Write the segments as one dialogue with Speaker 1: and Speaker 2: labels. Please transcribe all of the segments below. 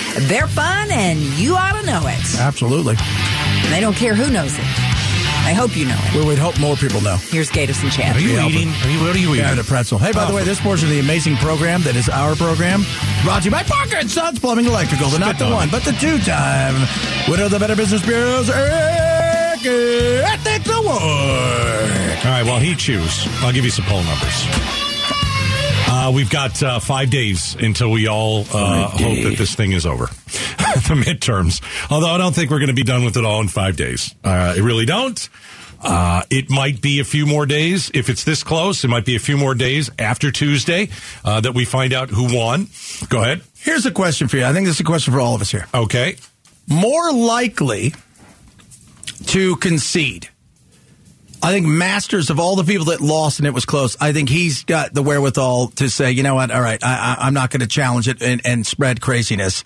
Speaker 1: They're fun and you ought to know it.
Speaker 2: Absolutely.
Speaker 1: And they don't care who knows it. I hope you know it.
Speaker 2: We would hope more people know.
Speaker 1: Here's Gators and Chad.
Speaker 3: Are you
Speaker 2: Yeah,
Speaker 3: eating? Are you, what are you eating?
Speaker 2: Yeah, the pretzel. Hey, by the way, this portion of the amazing program that is our program brought to you by Parker and Sons Plumbing and Electrical. The not the
Speaker 3: on
Speaker 2: one, but the two time winner of the Better Business Bureau's Eric Ethics Award.
Speaker 3: All right, while he chews, I'll give you some poll numbers. Uh, we've got uh, five days until we all uh, hope that this thing is over. the midterms. Although I don't think we're going to be done with it all in five days. Uh, I really don't. Uh, it might be a few more days. If it's this close, it might be a few more days after Tuesday uh, that we find out who won. Go ahead.
Speaker 2: Here's a question for you. I think this is a question for all of us here.
Speaker 3: Okay.
Speaker 2: More likely to concede. I think Masters of all the people that lost and it was close. I think he's got the wherewithal to say, you know what? All right, I, I, I'm not going to challenge it and, and spread craziness.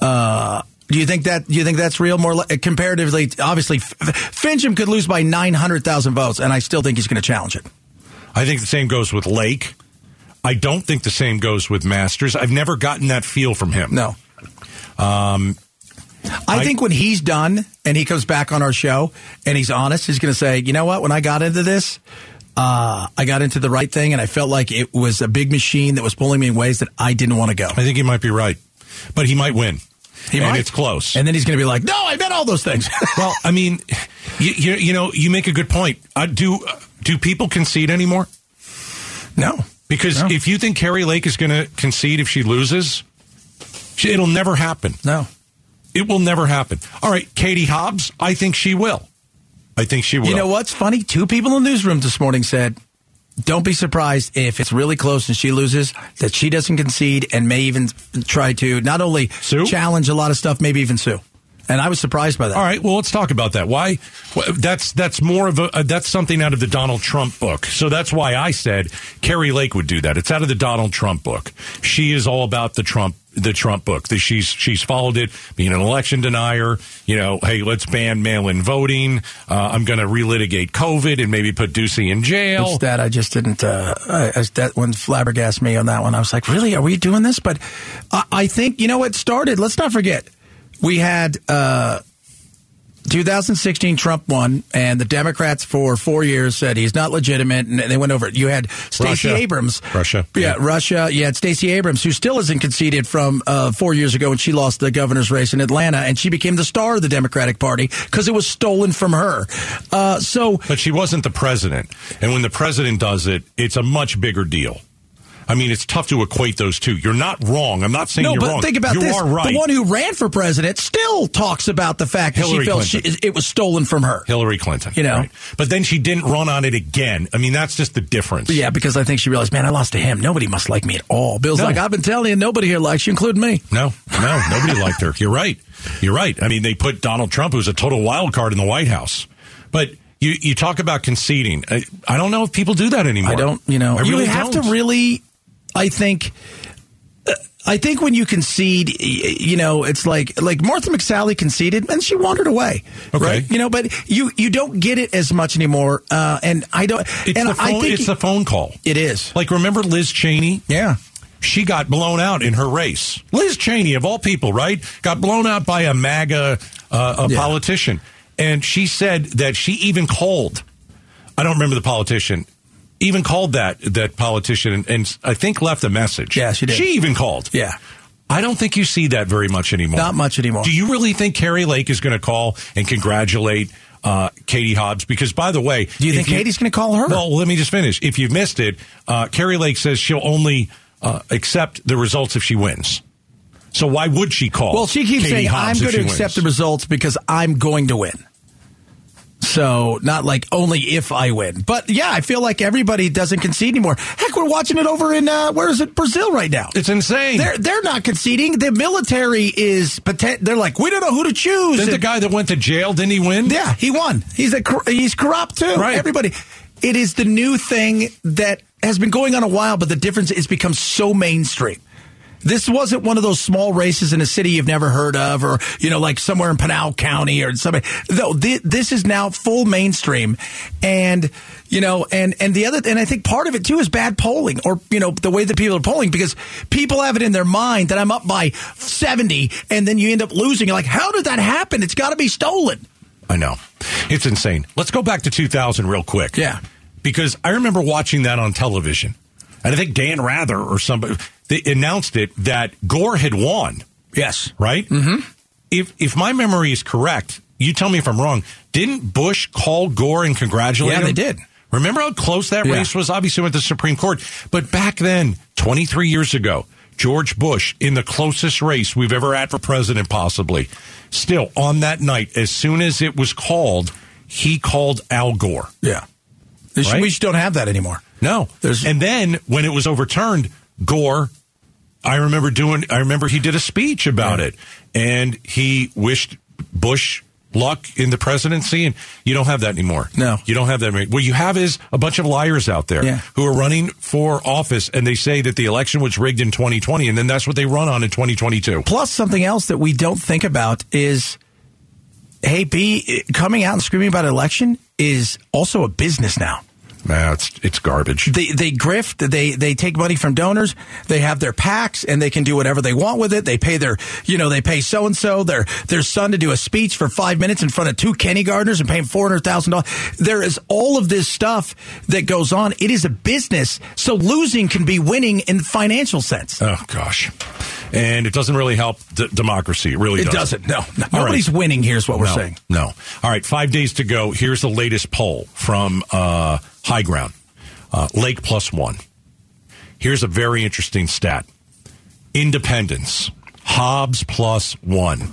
Speaker 2: Uh, do you think that? Do you think that's real? More li- comparatively, obviously, F- F- Fincham could lose by nine hundred thousand votes, and I still think he's going to challenge it.
Speaker 3: I think the same goes with Lake. I don't think the same goes with Masters. I've never gotten that feel from him.
Speaker 2: No.
Speaker 3: Um,
Speaker 2: I,
Speaker 3: I-
Speaker 2: think when he's done and he comes back on our show and he's honest, he's going to say, you know what? When I got into this, uh, I got into the right thing and I felt like it was a big machine that was pulling me in ways that I didn't want to go.
Speaker 3: I think he might be right, but he might win.
Speaker 2: He
Speaker 3: and
Speaker 2: might.
Speaker 3: it's close.
Speaker 2: And then he's going to be like, no, I meant all those things.
Speaker 3: well, I mean, you, you, you know, you make a good point. Uh, do uh, do people concede anymore?
Speaker 2: no.
Speaker 3: Because
Speaker 2: No.
Speaker 3: if you think Carrie Lake is going to concede if she loses, she, it'll never happen.
Speaker 2: No.
Speaker 3: It will never happen. All right, Katie Hobbs, I think she will. I think she will.
Speaker 2: You know what's funny? Two people in the newsroom this morning said, don't be surprised if it's really close and she loses, that she doesn't concede and may even try to not only
Speaker 3: Sue?
Speaker 2: challenge a lot of stuff, maybe even sue. And I was surprised by that.
Speaker 3: All right. Well, let's talk about that. Why? wh- That's that's more of a uh, that's something out of the Donald Trump book. So that's why I said Carrie Lake would do that. It's out of the Donald Trump book. She is all about the Trump the Trump book. The, she's she's followed it. Being an election denier, you know, hey, let's ban mail in voting. Uh, I'm going to relitigate COVID and maybe put Ducey in jail.
Speaker 2: It's that I just didn't. Uh, I, I- that one flabbergasted me on that one. I was like, really? Are we doing this? But I, I think you know what started. Let's not forget, we had uh, 2016 Trump won, and the Democrats for four years said he's not legitimate, and they went over it. You had Stacey
Speaker 3: Russia.
Speaker 2: Abrams,
Speaker 3: Russia.
Speaker 2: yeah,
Speaker 3: Yeah.
Speaker 2: Russia. You had Stacey Abrams, who still isn't conceded from uh, four years ago when she lost the governor's race in Atlanta, and she became the star of the Democratic Party because it was stolen from her. Uh, so.
Speaker 3: But she wasn't the president. And when the president does it, it's a much bigger deal. I mean, it's tough to equate those two. You're not wrong. I'm not saying
Speaker 2: No,
Speaker 3: you're
Speaker 2: but
Speaker 3: wrong.
Speaker 2: think about
Speaker 3: you
Speaker 2: this.
Speaker 3: Are right.
Speaker 2: The one who ran for president still talks about the fact that
Speaker 3: Hillary
Speaker 2: she felt she,
Speaker 3: Clinton.
Speaker 2: it was stolen from her.
Speaker 3: Hillary Clinton.
Speaker 2: You know.
Speaker 3: But then she didn't run on it again. I mean, that's just the difference.
Speaker 2: Yeah, because I think she realized, man, I lost to him. Nobody must like me at all. Bill's
Speaker 3: No.
Speaker 2: like, I've been telling you, nobody here likes you, including me.
Speaker 3: No, no, nobody liked her. You're right. You're right. I mean, they put Donald Trump, who's a total wild card in the White House. But you, you talk about conceding. I, I don't know if people do that anymore.
Speaker 2: I don't, you know,
Speaker 3: I really
Speaker 2: you have
Speaker 3: don't.
Speaker 2: to really, I think. uh, I think when you concede, y- you know, it's like like Martha McSally conceded and she wandered away,
Speaker 3: Okay.
Speaker 2: right? You know, but you you don't get it as much anymore, uh, and I don't.
Speaker 3: It's,
Speaker 2: and
Speaker 3: the phone,
Speaker 2: I think
Speaker 3: it's the phone call.
Speaker 2: it is,
Speaker 3: Like, remember Liz Cheney?
Speaker 2: yeah.
Speaker 3: she got blown out in her race. Liz Cheney, of all people, right, got blown out by a MAGA uh, a
Speaker 2: Yeah.
Speaker 3: politician, and she said that she even called. I don't remember the politician. Even called that that politician, and, and I think left a message.
Speaker 2: Yeah, she did.
Speaker 3: She even called.
Speaker 2: Yeah.
Speaker 3: I don't think you see that very much anymore.
Speaker 2: Not much anymore.
Speaker 3: Do you really think Carrie Lake is going to call and congratulate uh, Katie Hobbs? Because, by the way,
Speaker 2: Do you
Speaker 3: if
Speaker 2: think Katie's going to call her?
Speaker 3: well, let me just finish. If you've missed it, uh, Carrie Lake says she'll only uh, accept the results if she wins. So why would she call?
Speaker 2: Well, she keeps
Speaker 3: Katie
Speaker 2: saying,
Speaker 3: Hobbs
Speaker 2: I'm
Speaker 3: if
Speaker 2: going to
Speaker 3: she
Speaker 2: accept the
Speaker 3: wins?"
Speaker 2: results because I'm going to win. So, not like only if I win. But yeah, I feel like everybody doesn't concede anymore. Heck, we're watching it over in, uh, where is it, Brazil right now.
Speaker 3: It's insane.
Speaker 2: They're, they're not conceding. The military is, poten- they're like, we don't know who to choose.
Speaker 3: Didn't the
Speaker 2: And-
Speaker 3: guy that went to jail didn't he win?
Speaker 2: yeah, he won. He's a cor- he's corrupt too.
Speaker 3: Right.
Speaker 2: Everybody. It is the new thing that has been going on a while, but the difference is become so mainstream. This wasn't one of those small races in a city you've never heard of, or you know, like somewhere in Pinal County or something. No, thi- this is now full mainstream, and you know, and and the other, and I think part of it too is bad polling, or you know, the way that people are polling because people have it in their mind that I'm up by seventy, and then you end up losing. You're like, how did that happen? It's got to be stolen.
Speaker 3: I know. It's insane. Let's go back to 2000 real quick.
Speaker 2: Yeah.
Speaker 3: Because I remember watching that on television. And I think Dan Rather or somebody they announced it that Gore had won,
Speaker 2: Yes.
Speaker 3: right? Mm-hmm. If if my memory is correct, you tell me if I'm wrong. Didn't Bush call Gore and congratulate
Speaker 2: Yeah,
Speaker 3: him?
Speaker 2: they did.
Speaker 3: Remember how close that
Speaker 2: Yeah.
Speaker 3: race was? Obviously, went to the Supreme Court. But back then, 23 years ago, George Bush in the closest race we've ever had for president, possibly. Still, on that night, as soon as it was called, he called Al Gore.
Speaker 2: Yeah. They should-
Speaker 3: Right?
Speaker 2: We just don't have that anymore.
Speaker 3: No,
Speaker 2: There's-
Speaker 3: and then when it was overturned, Gore. I remember doing. I remember he did a speech about it, and he wished Bush luck in the presidency. And you don't have that anymore.
Speaker 2: No.
Speaker 3: you don't have that. many- What you have is a bunch of liars out there
Speaker 2: Yeah.
Speaker 3: who are running for office, and they say that the election was rigged in 2020, and then that's what they run on in 2022.
Speaker 2: Plus, something else that we don't think about is, hey, B, coming out and screaming about election is also a business now.
Speaker 3: Nah, it's it's garbage.
Speaker 2: They they grift, they they take money from donors, they have their PACs, and they can do whatever they want with it. They pay their you know they pay so and so their their son to do a speech for five minutes in front of two kindergartners and pay him four hundred thousand dollars. There is all of this stuff that goes on. It is a business, so losing can be winning in financial sense.
Speaker 3: Oh gosh, and it doesn't really help d- democracy. It really
Speaker 2: it doesn't. No, nobody's winning. Here's what we're
Speaker 3: no,
Speaker 2: saying.
Speaker 3: No. All right, five days to go. Here's the latest poll from uh, High Ground uh, Lake plus one. Here's a very interesting stat Independence, Hobbs plus one.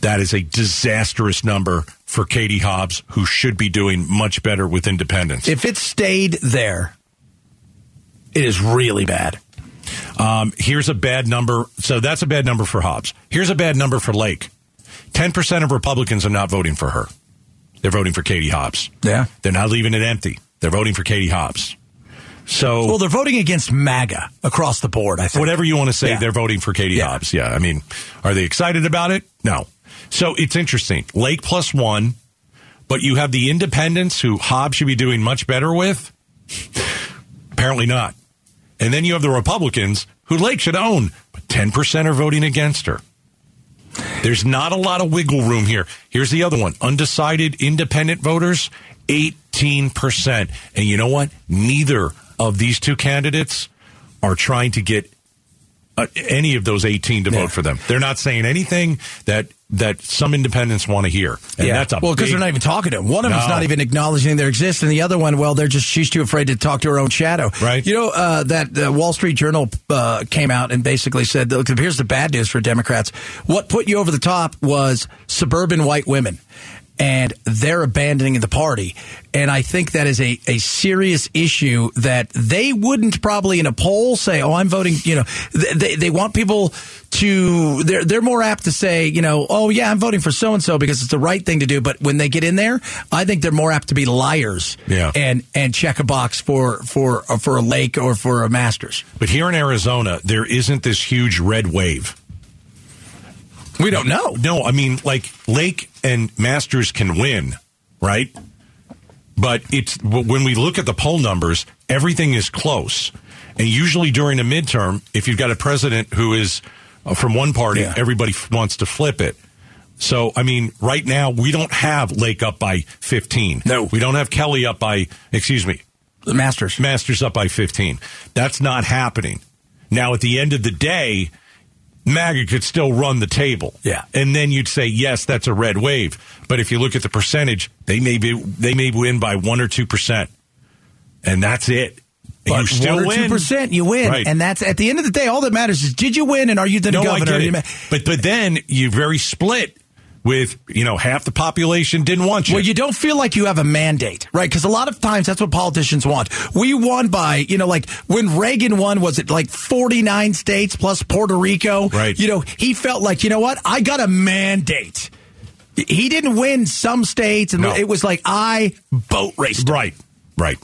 Speaker 3: That is a disastrous number for Katie Hobbs, who should be doing much better with independence.
Speaker 2: If it stayed there, it is really bad.
Speaker 3: Um, here's a bad number. So that's a bad number for Hobbs. Here's a bad number for Lake. 10% of Republicans are not voting for her. They're voting for Katie Hobbs.
Speaker 2: Yeah.
Speaker 3: They're not leaving it empty. They're voting for Katie Hobbs. So
Speaker 2: Well, they're voting against MAGA across the board, I think.
Speaker 3: whatever you want to say,
Speaker 2: Yeah.
Speaker 3: they're voting for Katie
Speaker 2: Yeah.
Speaker 3: Hobbs. Yeah. I mean, are they excited about it? No. So it's interesting. Lake plus one, but you have the independents who Hobbs should be doing much better with. Apparently not. And then you have the Republicans who Lake should own, but 10% are voting against her. There's not a lot of wiggle room here. Here's the other one undecided independent voters, 18%. And you know what? Neither of these two candidates are trying to get uh, any of those 18 to
Speaker 2: Yeah.
Speaker 3: vote for them. They're not saying anything that that some independents want to hear. And
Speaker 2: yeah,
Speaker 3: that's a
Speaker 2: well, because
Speaker 3: big-
Speaker 2: they're not even talking to him. One of them's
Speaker 3: No.
Speaker 2: not even acknowledging their existence, and the other one, well, they're just she's too afraid to talk to her own shadow.
Speaker 3: Right.
Speaker 2: You know uh, that uh, Wall Street Journal uh, came out and basically said, "Look, here's the bad news for Democrats. What put you over the top was suburban white women." And they're abandoning the party. And I think that is a, a serious issue that they wouldn't probably in a poll say, oh, I'm voting, you know, th- they, they want people to, they're, they're more apt to say, you know, oh, yeah, I'm voting for so and so because it's the right thing to do. But when they get in there, I think they're more apt to be liars
Speaker 3: Yeah.
Speaker 2: and and check a box for for uh, for a lake or for a Masters.
Speaker 3: But here in Arizona, there isn't this huge red wave.
Speaker 2: We don't know.
Speaker 3: No, I mean like Lake and Masters can win, right? But it's when we look at the poll numbers, everything is close. And usually during a midterm, if you've got a president who is uh, from one party,
Speaker 2: Yeah.
Speaker 3: everybody f- wants to flip it. So, I mean, right now we don't have Lake up by 15.
Speaker 2: No.
Speaker 3: We don't have Kelly up by, excuse me,
Speaker 2: The Masters.
Speaker 3: Masters up by 15. That's not happening. Now, at the end of the day, MAGA could still run the table.
Speaker 2: Yeah.
Speaker 3: And then you'd say, yes, that's a red wave. But if you look at the percentage, they may be they may win by one or two percent. And that's it. And you still
Speaker 2: one or
Speaker 3: win.
Speaker 2: two percent, you win,
Speaker 3: Right.
Speaker 2: and that's at the end of the day. All that matters is did you win, and are you the
Speaker 3: no, I
Speaker 2: governor?
Speaker 3: get
Speaker 2: Are you
Speaker 3: it.
Speaker 2: ma-
Speaker 3: But but then you're very split with, you know, half the population didn't want you.
Speaker 2: Well, you don't feel like you have a mandate, right? Because a lot of times that's what politicians want. We won by, you know, like when Reagan won, was it like 49 states plus Puerto Rico?
Speaker 3: Right.
Speaker 2: You know, he felt like, you know what? I got a mandate. He didn't win some states, and
Speaker 3: No.
Speaker 2: it was like, I boat raced. him.
Speaker 3: Right, right.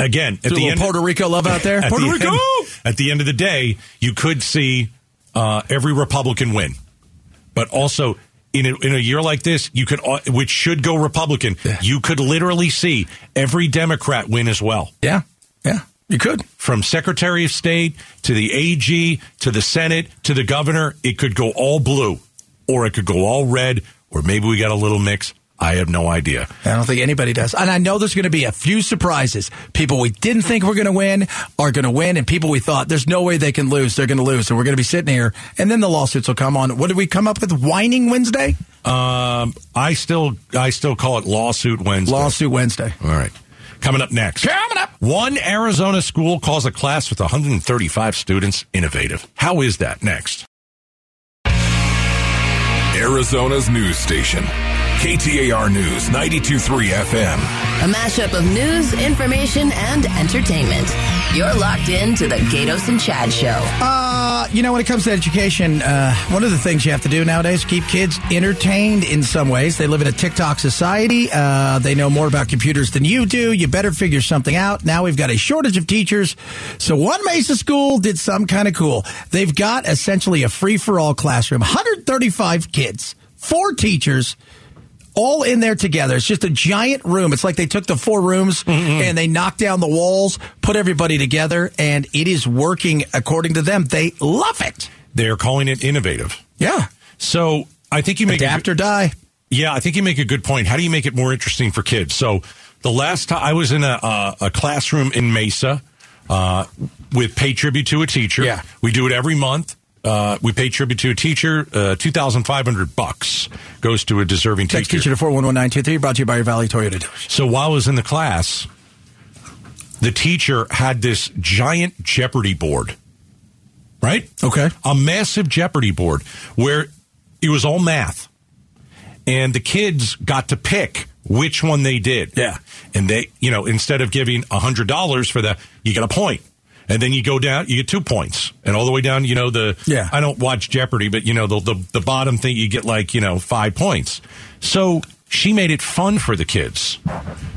Speaker 3: again,
Speaker 2: Do a
Speaker 3: at the
Speaker 2: little
Speaker 3: end,
Speaker 2: Puerto Rico love out there.
Speaker 3: at
Speaker 2: Puerto
Speaker 3: the
Speaker 2: Rico.
Speaker 3: end- at the end of the day, you could see uh, every Republican win, but also. In a, in a year like this, you could, al- which should go Republican, you could literally see every Democrat win as well.
Speaker 2: Yeah, yeah, you could.
Speaker 3: From Secretary of State to the AG to the Senate to the governor, it could go all blue or it could go all red or maybe we got a little mix. I have no idea.
Speaker 2: I don't think anybody does. And I know there's going to be a few surprises. People we didn't think were going to win are going to win, and people we thought there's no way they can lose, they're going to lose. And we're going to be sitting here, and then the lawsuits will come on. What did we come up with? Whining Wednesday?
Speaker 3: Um, I still I still call it lawsuit Wednesday.
Speaker 2: Lawsuit Wednesday.
Speaker 3: All right. Coming up next.
Speaker 2: Coming up.
Speaker 3: One Arizona school calls a class with 135 students innovative. How is that next?
Speaker 4: Arizona's news station. KTAR News 923 FM.
Speaker 5: A mashup of news, information, and entertainment. You're locked in to the Gatos and Chad Show.
Speaker 2: Uh, you know, when it comes to education, uh, one of the things you have to do nowadays is keep kids entertained in some ways. They live in a TikTok society. Uh, they know more about computers than you do. You better figure something out. Now we've got a shortage of teachers. So one Mesa school did some kind of cool. They've got essentially a free for all classroom, 135 kids, four teachers all in there together. It's just a giant room. It's like they took the four rooms and they knocked down the walls, put everybody together, and it is working according to them. They love it.
Speaker 3: They're calling it innovative.
Speaker 2: Yeah.
Speaker 3: So I think you make a
Speaker 2: Adapt
Speaker 3: good-
Speaker 2: or die.
Speaker 3: Yeah, I think you make a good point. How do you make it more interesting for kids? So the last time I was in a, uh, a classroom in Mesa uh, with pay tribute to a teacher.
Speaker 2: Yeah.
Speaker 3: we do it every month. Uh, we pay tribute to a teacher. Uh, Two thousand five hundred bucks goes to a deserving
Speaker 2: Text
Speaker 3: teacher.
Speaker 2: teacher to 411923 brought to you by your Valley Toyota dealers.
Speaker 3: So while I was in the class, the teacher had this giant Jeopardy board, right?
Speaker 2: Okay.
Speaker 3: A massive Jeopardy board where it was all math. And the kids got to pick which one they did.
Speaker 2: Yeah.
Speaker 3: And they, you know, instead of giving $100 for that, you get a point. And then you go down, you get two points. And all the way down, you know, the,
Speaker 2: Yeah.
Speaker 3: I don't watch Jeopardy, but, you know, the, the, the bottom thing, you get like, you know, five points. So she made it fun for the kids.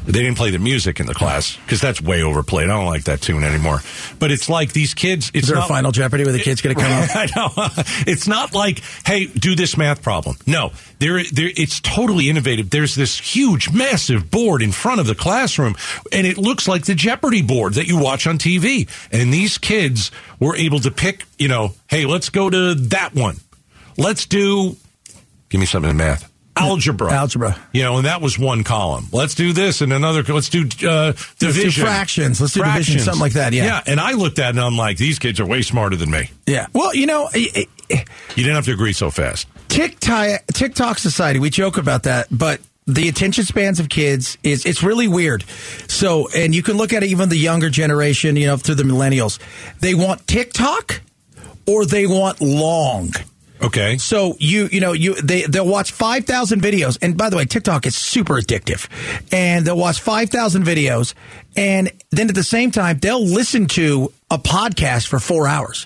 Speaker 3: They didn't play the music in the class because that's way overplayed. I don't like that tune anymore. But it's like these kids, it's
Speaker 2: Is there
Speaker 3: not,
Speaker 2: a final Jeopardy where the kid's going to come up?
Speaker 3: I know. It's not like, hey, do this math problem. No, there, there. It's totally innovative. There's this huge, massive board in front of the classroom, and it looks like the Jeopardy board that you watch on TV. And these kids were able to pick. You know, hey, let's go to that one. Let's do. Give me something in math. Algebra.
Speaker 2: Algebra.
Speaker 3: You know, and that was one column. Let's do this and another. Let's do uh, division.
Speaker 2: fractions. Let's do division, something like that, yeah.
Speaker 3: Yeah. And I looked at it and I'm like, these kids are way smarter than me.
Speaker 2: Yeah. Well, you know, i- i-
Speaker 3: You didn't have to agree so fast.
Speaker 2: TikTok, TikTok society, we joke about that, but the attention spans of kids is it's really weird. So, and you can look at it even the younger generation, you know, through the millennials. They want TikTok or they want long.
Speaker 3: Okay.
Speaker 2: So you you know you they they'll watch five thousand videos, and by the way, TikTok is super addictive, and they'll watch five thousand videos, and then at the same time they'll listen to a podcast for four hours.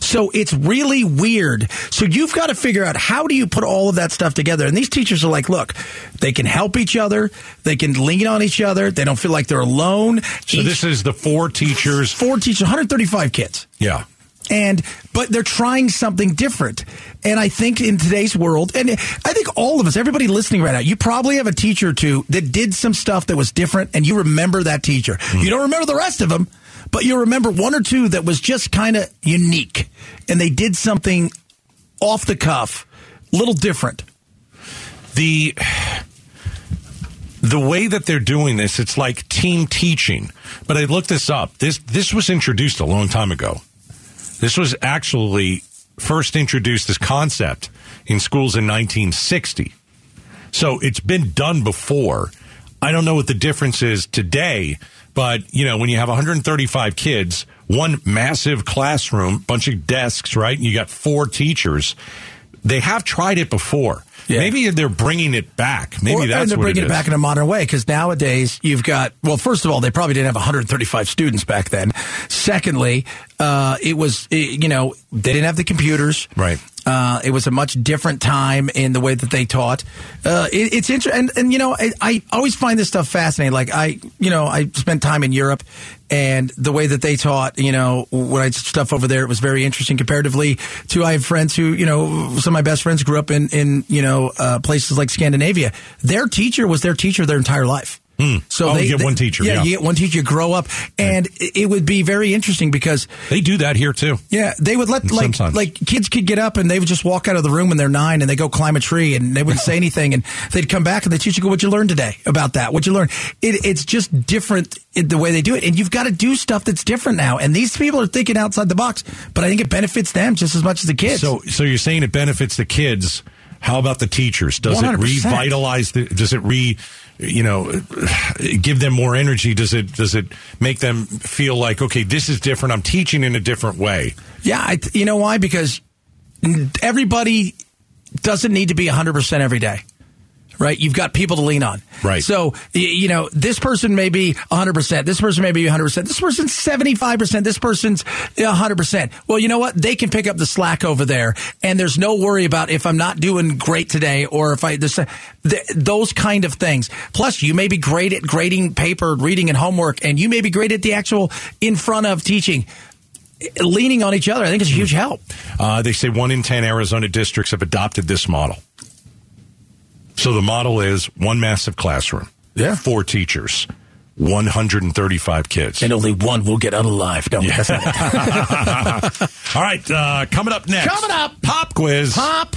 Speaker 2: So it's really weird. So you've got to figure out how do you put all of that stuff together. And these teachers are like, look, they can help each other, they can lean on each other, they don't feel like they're alone.
Speaker 3: So
Speaker 2: Each-
Speaker 3: this is the four teachers.
Speaker 2: four teachers, 135 kids
Speaker 3: Yeah.
Speaker 2: and but they're trying something different and i think in today's world and i think all of us everybody listening right now you probably have a teacher or two that did some stuff that was different and you remember that teacher you don't remember the rest of them but you remember one or two that was just kind of unique and they did something off the cuff little different
Speaker 3: The the way that they're doing this, it's like team teaching. But I looked this up. This this was introduced a long time ago. This was actually first introduced this concept in schools in 1960. So it's been done before. I don't know what the difference is today, but you know, when you have 135 kids, one massive classroom, bunch of desks, right? And you got four teachers. They have tried it before.
Speaker 2: Yeah.
Speaker 3: Maybe they're bringing it back. Maybe
Speaker 2: Or-
Speaker 3: that's
Speaker 2: and they're
Speaker 3: what
Speaker 2: bringing
Speaker 3: it
Speaker 2: it,
Speaker 3: is.
Speaker 2: back in a modern way because nowadays you've got well first of all they probably didn't have 135 students back then secondly uh, it was eh, you know they didn't have the computers
Speaker 3: Right.
Speaker 2: Uh, it was a much different time in the way that they taught. Uh, it, it's interesting, and, and you know, I, I always find this stuff fascinating. Like I, you know, I spent time in Europe, and the way that they taught, you know, when I did stuff over there, it was very interesting comparatively to I have friends who, you know, some of my best friends grew up in in you know uh, places like Scandinavia. Their teacher was their teacher their entire life. So
Speaker 3: Oh,
Speaker 2: they
Speaker 3: you get one teacher, yeah.
Speaker 2: you get one teacher. You grow up, and it it would be very interesting because
Speaker 3: They do that here too.
Speaker 2: yeah, they would let like
Speaker 3: Sometimes.
Speaker 2: like kids could get up and they would just walk out of the room when they're nine and they go climb a tree and they wouldn't say anything and they'd come back and the teacher would go, "What you learn today about that? What you learn?" It, it's just different in the way they do it, and you've got to do stuff that's different now. And these people are thinking outside the box, but I think it benefits them just as much as the kids.
Speaker 3: So, so you're saying it benefits the kids. How about the teachers? Does it
Speaker 2: 100%.
Speaker 3: revitalize? The, does it re, you know, give them more energy? Does it does it make them feel like okay, this is different? I'm teaching in a different way.
Speaker 2: Yeah, I th- you know why? Because n- everybody doesn't need to be 100% every day. Right, you've got people to lean on.
Speaker 3: Right.
Speaker 2: So y- you know this person may be 100. percent This person may be 100. percent This person's 75. percent This person's 100. percent Well, you know what? They can pick up the slack over there, and there's no worry about if I'm not doing great today or if I this, uh, th- those kind of things. Plus, you may be great at grading paper, reading, and homework, and you may be great at the actual in front of teaching leaning on each other, I think is a huge help.
Speaker 3: Uh, they say one in ten Arizona districts have adopted this model. So the model is one massive classroom,
Speaker 2: Yeah.
Speaker 3: four teachers, 135 kids.
Speaker 2: only one will get out alive. No, that's not
Speaker 3: All right, uh, coming up next.
Speaker 2: Coming up.
Speaker 3: pop quiz.
Speaker 2: Pop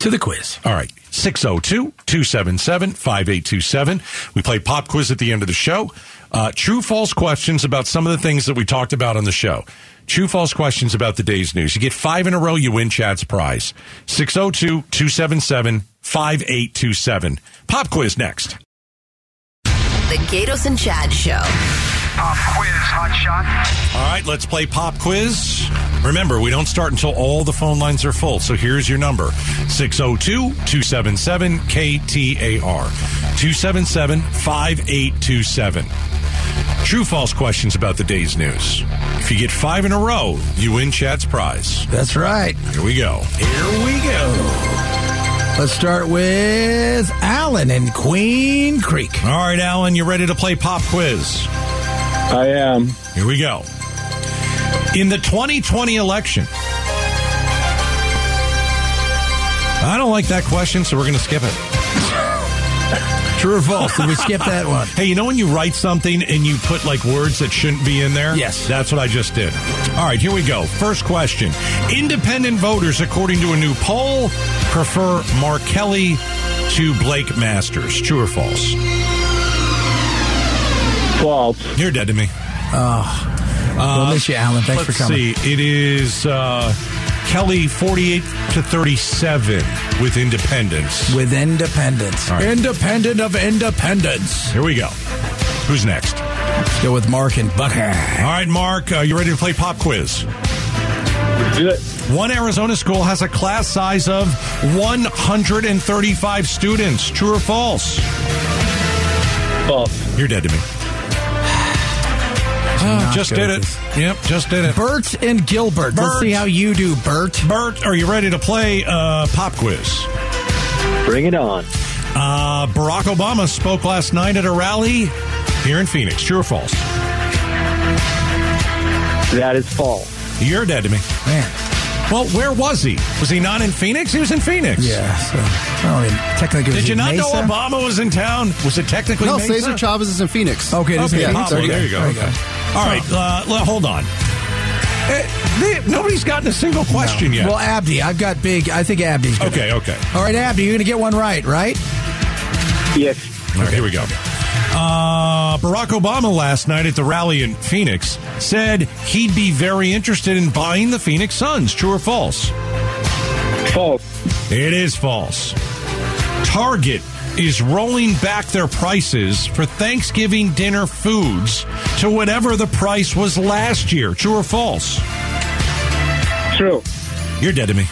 Speaker 2: to the quiz.
Speaker 3: All right. 602 277 5827. We play pop quiz at the end of the show. Uh, true false questions about some of the things that we talked about on the show. True false questions about the day's news. You get five in a row, you win Chad's prize. 602 277 5827. Pop quiz next.
Speaker 5: The Gatos and Chad Show.
Speaker 6: Pop quiz, hot shot.
Speaker 3: All right, let's play pop quiz. Remember, we don't start until all the phone lines are full. So here's your number 602 277 KTAR 277 5827. True false questions about the day's news. If you get five in a row, you win Chad's prize.
Speaker 2: That's right.
Speaker 3: Here we go.
Speaker 2: Here we go. Let's start with Alan in Queen Creek.
Speaker 3: All right, Alan, you ready to play pop quiz?
Speaker 7: I am.
Speaker 3: Here we go. In the 2020 election. I don't like that question, so we're going to skip it.
Speaker 2: True or false? Did we skip that one?
Speaker 3: Hey, you know when you write something and you put like words that shouldn't be in there?
Speaker 2: Yes.
Speaker 3: That's what I just did. All right, here we go. First question Independent voters, according to a new poll, prefer Mark Kelly to Blake Masters. True or false?
Speaker 7: False.
Speaker 3: You're dead to me.
Speaker 2: we'll miss you, Alan. Thanks
Speaker 3: Let's
Speaker 2: for coming.
Speaker 3: see. It is uh, Kelly 48 to 37 with independence.
Speaker 2: With independence.
Speaker 3: All right.
Speaker 2: Independent of independence.
Speaker 3: Here we go. Who's next?
Speaker 2: Let's go with Mark and Buckeye.
Speaker 3: All right, Mark, uh, you ready to play pop quiz?
Speaker 7: Do it.
Speaker 3: One Arizona school has a class size of 135 students. True or false?
Speaker 7: False.
Speaker 3: You're dead to me. just did it. Yep, just did it.
Speaker 2: Bert and Gilbert. Let's
Speaker 3: Bert.
Speaker 2: see how you do, Bert.
Speaker 3: Bert, are you ready to play uh, pop quiz?
Speaker 7: Bring it on.
Speaker 3: Uh, Barack Obama spoke last night at a rally here in Phoenix. True or false?
Speaker 7: That is false.
Speaker 3: You're dead to me.
Speaker 2: Man.
Speaker 3: Well, where was he? Was he not in Phoenix? He was in Phoenix.
Speaker 2: Yeah. So, I mean, technically, it was
Speaker 3: Did you not know
Speaker 2: Mesa?
Speaker 3: Obama was in town? Was it technically
Speaker 8: No,
Speaker 3: Mesa?
Speaker 8: Cesar Chavez is in Phoenix.
Speaker 2: Okay, this
Speaker 3: Okay,
Speaker 2: is
Speaker 3: Pablo,
Speaker 2: Okay,
Speaker 3: there you go.
Speaker 2: okay.
Speaker 3: All right, uh, l- hold on. Eh, they- nobody's gotten a single question yet.
Speaker 2: Well, Abdi, I've got big. I think Abdi's good.
Speaker 3: okay, okay.
Speaker 2: All right, Abdi, you're going to get one right, right?
Speaker 7: Yes.
Speaker 3: All right, here we go. Uh, Barack Obama last night at the rally in Phoenix said he'd be very interested in buying the Phoenix Suns. True or false?
Speaker 7: False.
Speaker 3: It is false. Target is rolling back their prices for Thanksgiving dinner foods to whatever the price was last year. True or false?
Speaker 7: True.
Speaker 3: You're dead to me.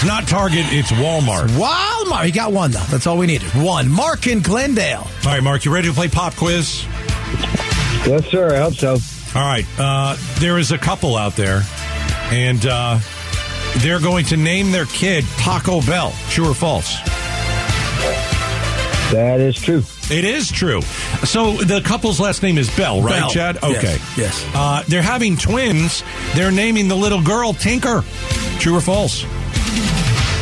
Speaker 3: It's not Target, it's Walmart.
Speaker 2: Walmart. He got one, though. That's all we needed. One. Mark in Glendale.
Speaker 3: All right, Mark, you ready to play pop quiz?
Speaker 7: Yes, sir. I hope so.
Speaker 3: All right, uh, there is a couple out there, and uh, they're going to name their kid Taco Bell. True or false?
Speaker 7: That is true.
Speaker 3: It is true. So the couple's last name is Bell, right,
Speaker 2: Bell.
Speaker 3: Chad?
Speaker 2: Yes,
Speaker 3: Okay.
Speaker 2: yes.
Speaker 3: Uh, they're having twins. They're naming the little girl Tinker. True or false?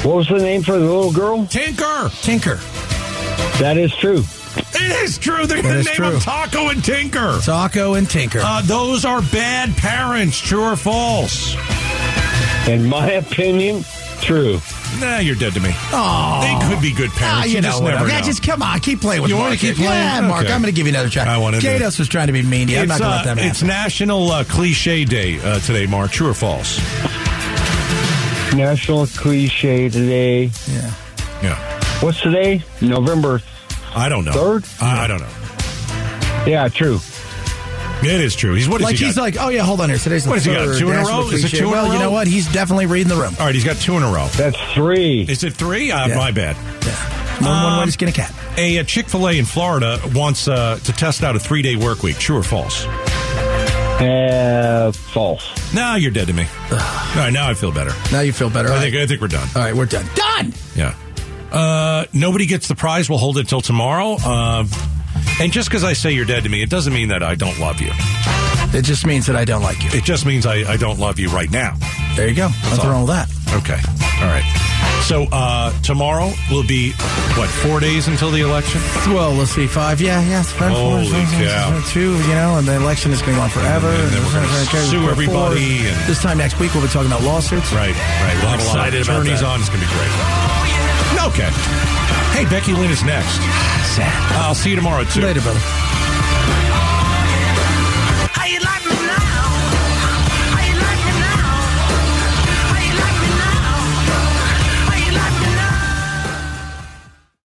Speaker 7: What was the name for the little girl?
Speaker 3: Tinker.
Speaker 2: Tinker.
Speaker 7: That is true.
Speaker 3: It is true. They're going
Speaker 2: is
Speaker 3: to name
Speaker 2: true.
Speaker 3: them Taco and Tinker.
Speaker 2: Taco and Tinker.
Speaker 3: Uh, those are bad parents. True or false?
Speaker 7: In my opinion, true.
Speaker 3: Nah, you're dead to me. They could be good parents.
Speaker 2: Ah,
Speaker 3: you,
Speaker 2: you know,
Speaker 3: just
Speaker 2: whatever.
Speaker 3: never
Speaker 2: Yeah,
Speaker 3: know.
Speaker 2: just come on, keep playing with
Speaker 3: You want
Speaker 2: Mark
Speaker 3: me to keep
Speaker 2: here. Yeah,
Speaker 3: playing?
Speaker 2: Mark,
Speaker 3: Okay.
Speaker 2: I'm going to give you another try.
Speaker 3: I wanted to-
Speaker 2: Gatos was trying to be mean. to you. I'm not
Speaker 3: It's,
Speaker 2: going to
Speaker 3: uh,
Speaker 2: let that happen.
Speaker 3: it's National uh, Cliche Day uh, today, Mark. True or false?
Speaker 7: National cliche today.
Speaker 2: yeah.
Speaker 3: Yeah.
Speaker 7: What's today? November.
Speaker 3: I don't know.
Speaker 7: Third?
Speaker 3: I, I don't know.
Speaker 7: Yeah, true.
Speaker 3: It is true. He's what?
Speaker 2: Like
Speaker 3: has he
Speaker 2: he's
Speaker 3: got?
Speaker 2: like, oh yeah, hold on here. Today's the
Speaker 3: What has he got,
Speaker 2: third
Speaker 3: two in a
Speaker 2: national
Speaker 3: row? Is it
Speaker 2: cliche.
Speaker 3: two in a
Speaker 2: Well, you
Speaker 3: row?
Speaker 2: know what? He's definitely reading the room.
Speaker 3: All right, he's got two in a row.
Speaker 7: That's three.
Speaker 3: Is it three? Uh,
Speaker 2: Yeah.
Speaker 3: My bad.
Speaker 2: Yeah. One,
Speaker 3: Uh,
Speaker 2: one way to skin a cat.
Speaker 3: A, Chick Fil A in Florida wants uh, to test out a three day work week. True or false?
Speaker 7: Uh, false.
Speaker 3: No, you're dead to me. All right, now I feel better.
Speaker 2: Now you feel better.
Speaker 3: I
Speaker 2: All
Speaker 3: think
Speaker 2: right.
Speaker 3: I think we're done.
Speaker 2: All right, we're done. Done.
Speaker 3: Yeah. Uh, nobody gets the prize. We'll hold it till tomorrow. Uh, and just because I say you're dead to me, it doesn't mean that I don't love you.
Speaker 2: It just means that I don't like you.
Speaker 3: It just means I, I don't love you right now.
Speaker 2: There you go. Nothing
Speaker 3: all.
Speaker 2: wrong with that.
Speaker 3: Okay. All right. So uh, tomorrow will be, what, four days until the election?
Speaker 2: Well, let's see. Five. Yeah, yeah. it's Five, four,
Speaker 3: Holy
Speaker 2: five, six,
Speaker 3: cow.
Speaker 2: Two, you know, and the election is going to go on forever.
Speaker 3: And then we're gonna sue
Speaker 2: Four.
Speaker 3: everybody and-
Speaker 2: This time next week, we'll be talking about lawsuits.
Speaker 3: Right, right. We'll have a lot of
Speaker 2: Excited about
Speaker 3: attorneys
Speaker 2: that.
Speaker 3: on. It's going to be great. Okay. Hey, Becky Lynn is next.
Speaker 2: Sad.
Speaker 3: I'll see you tomorrow, too.
Speaker 2: Later, brother.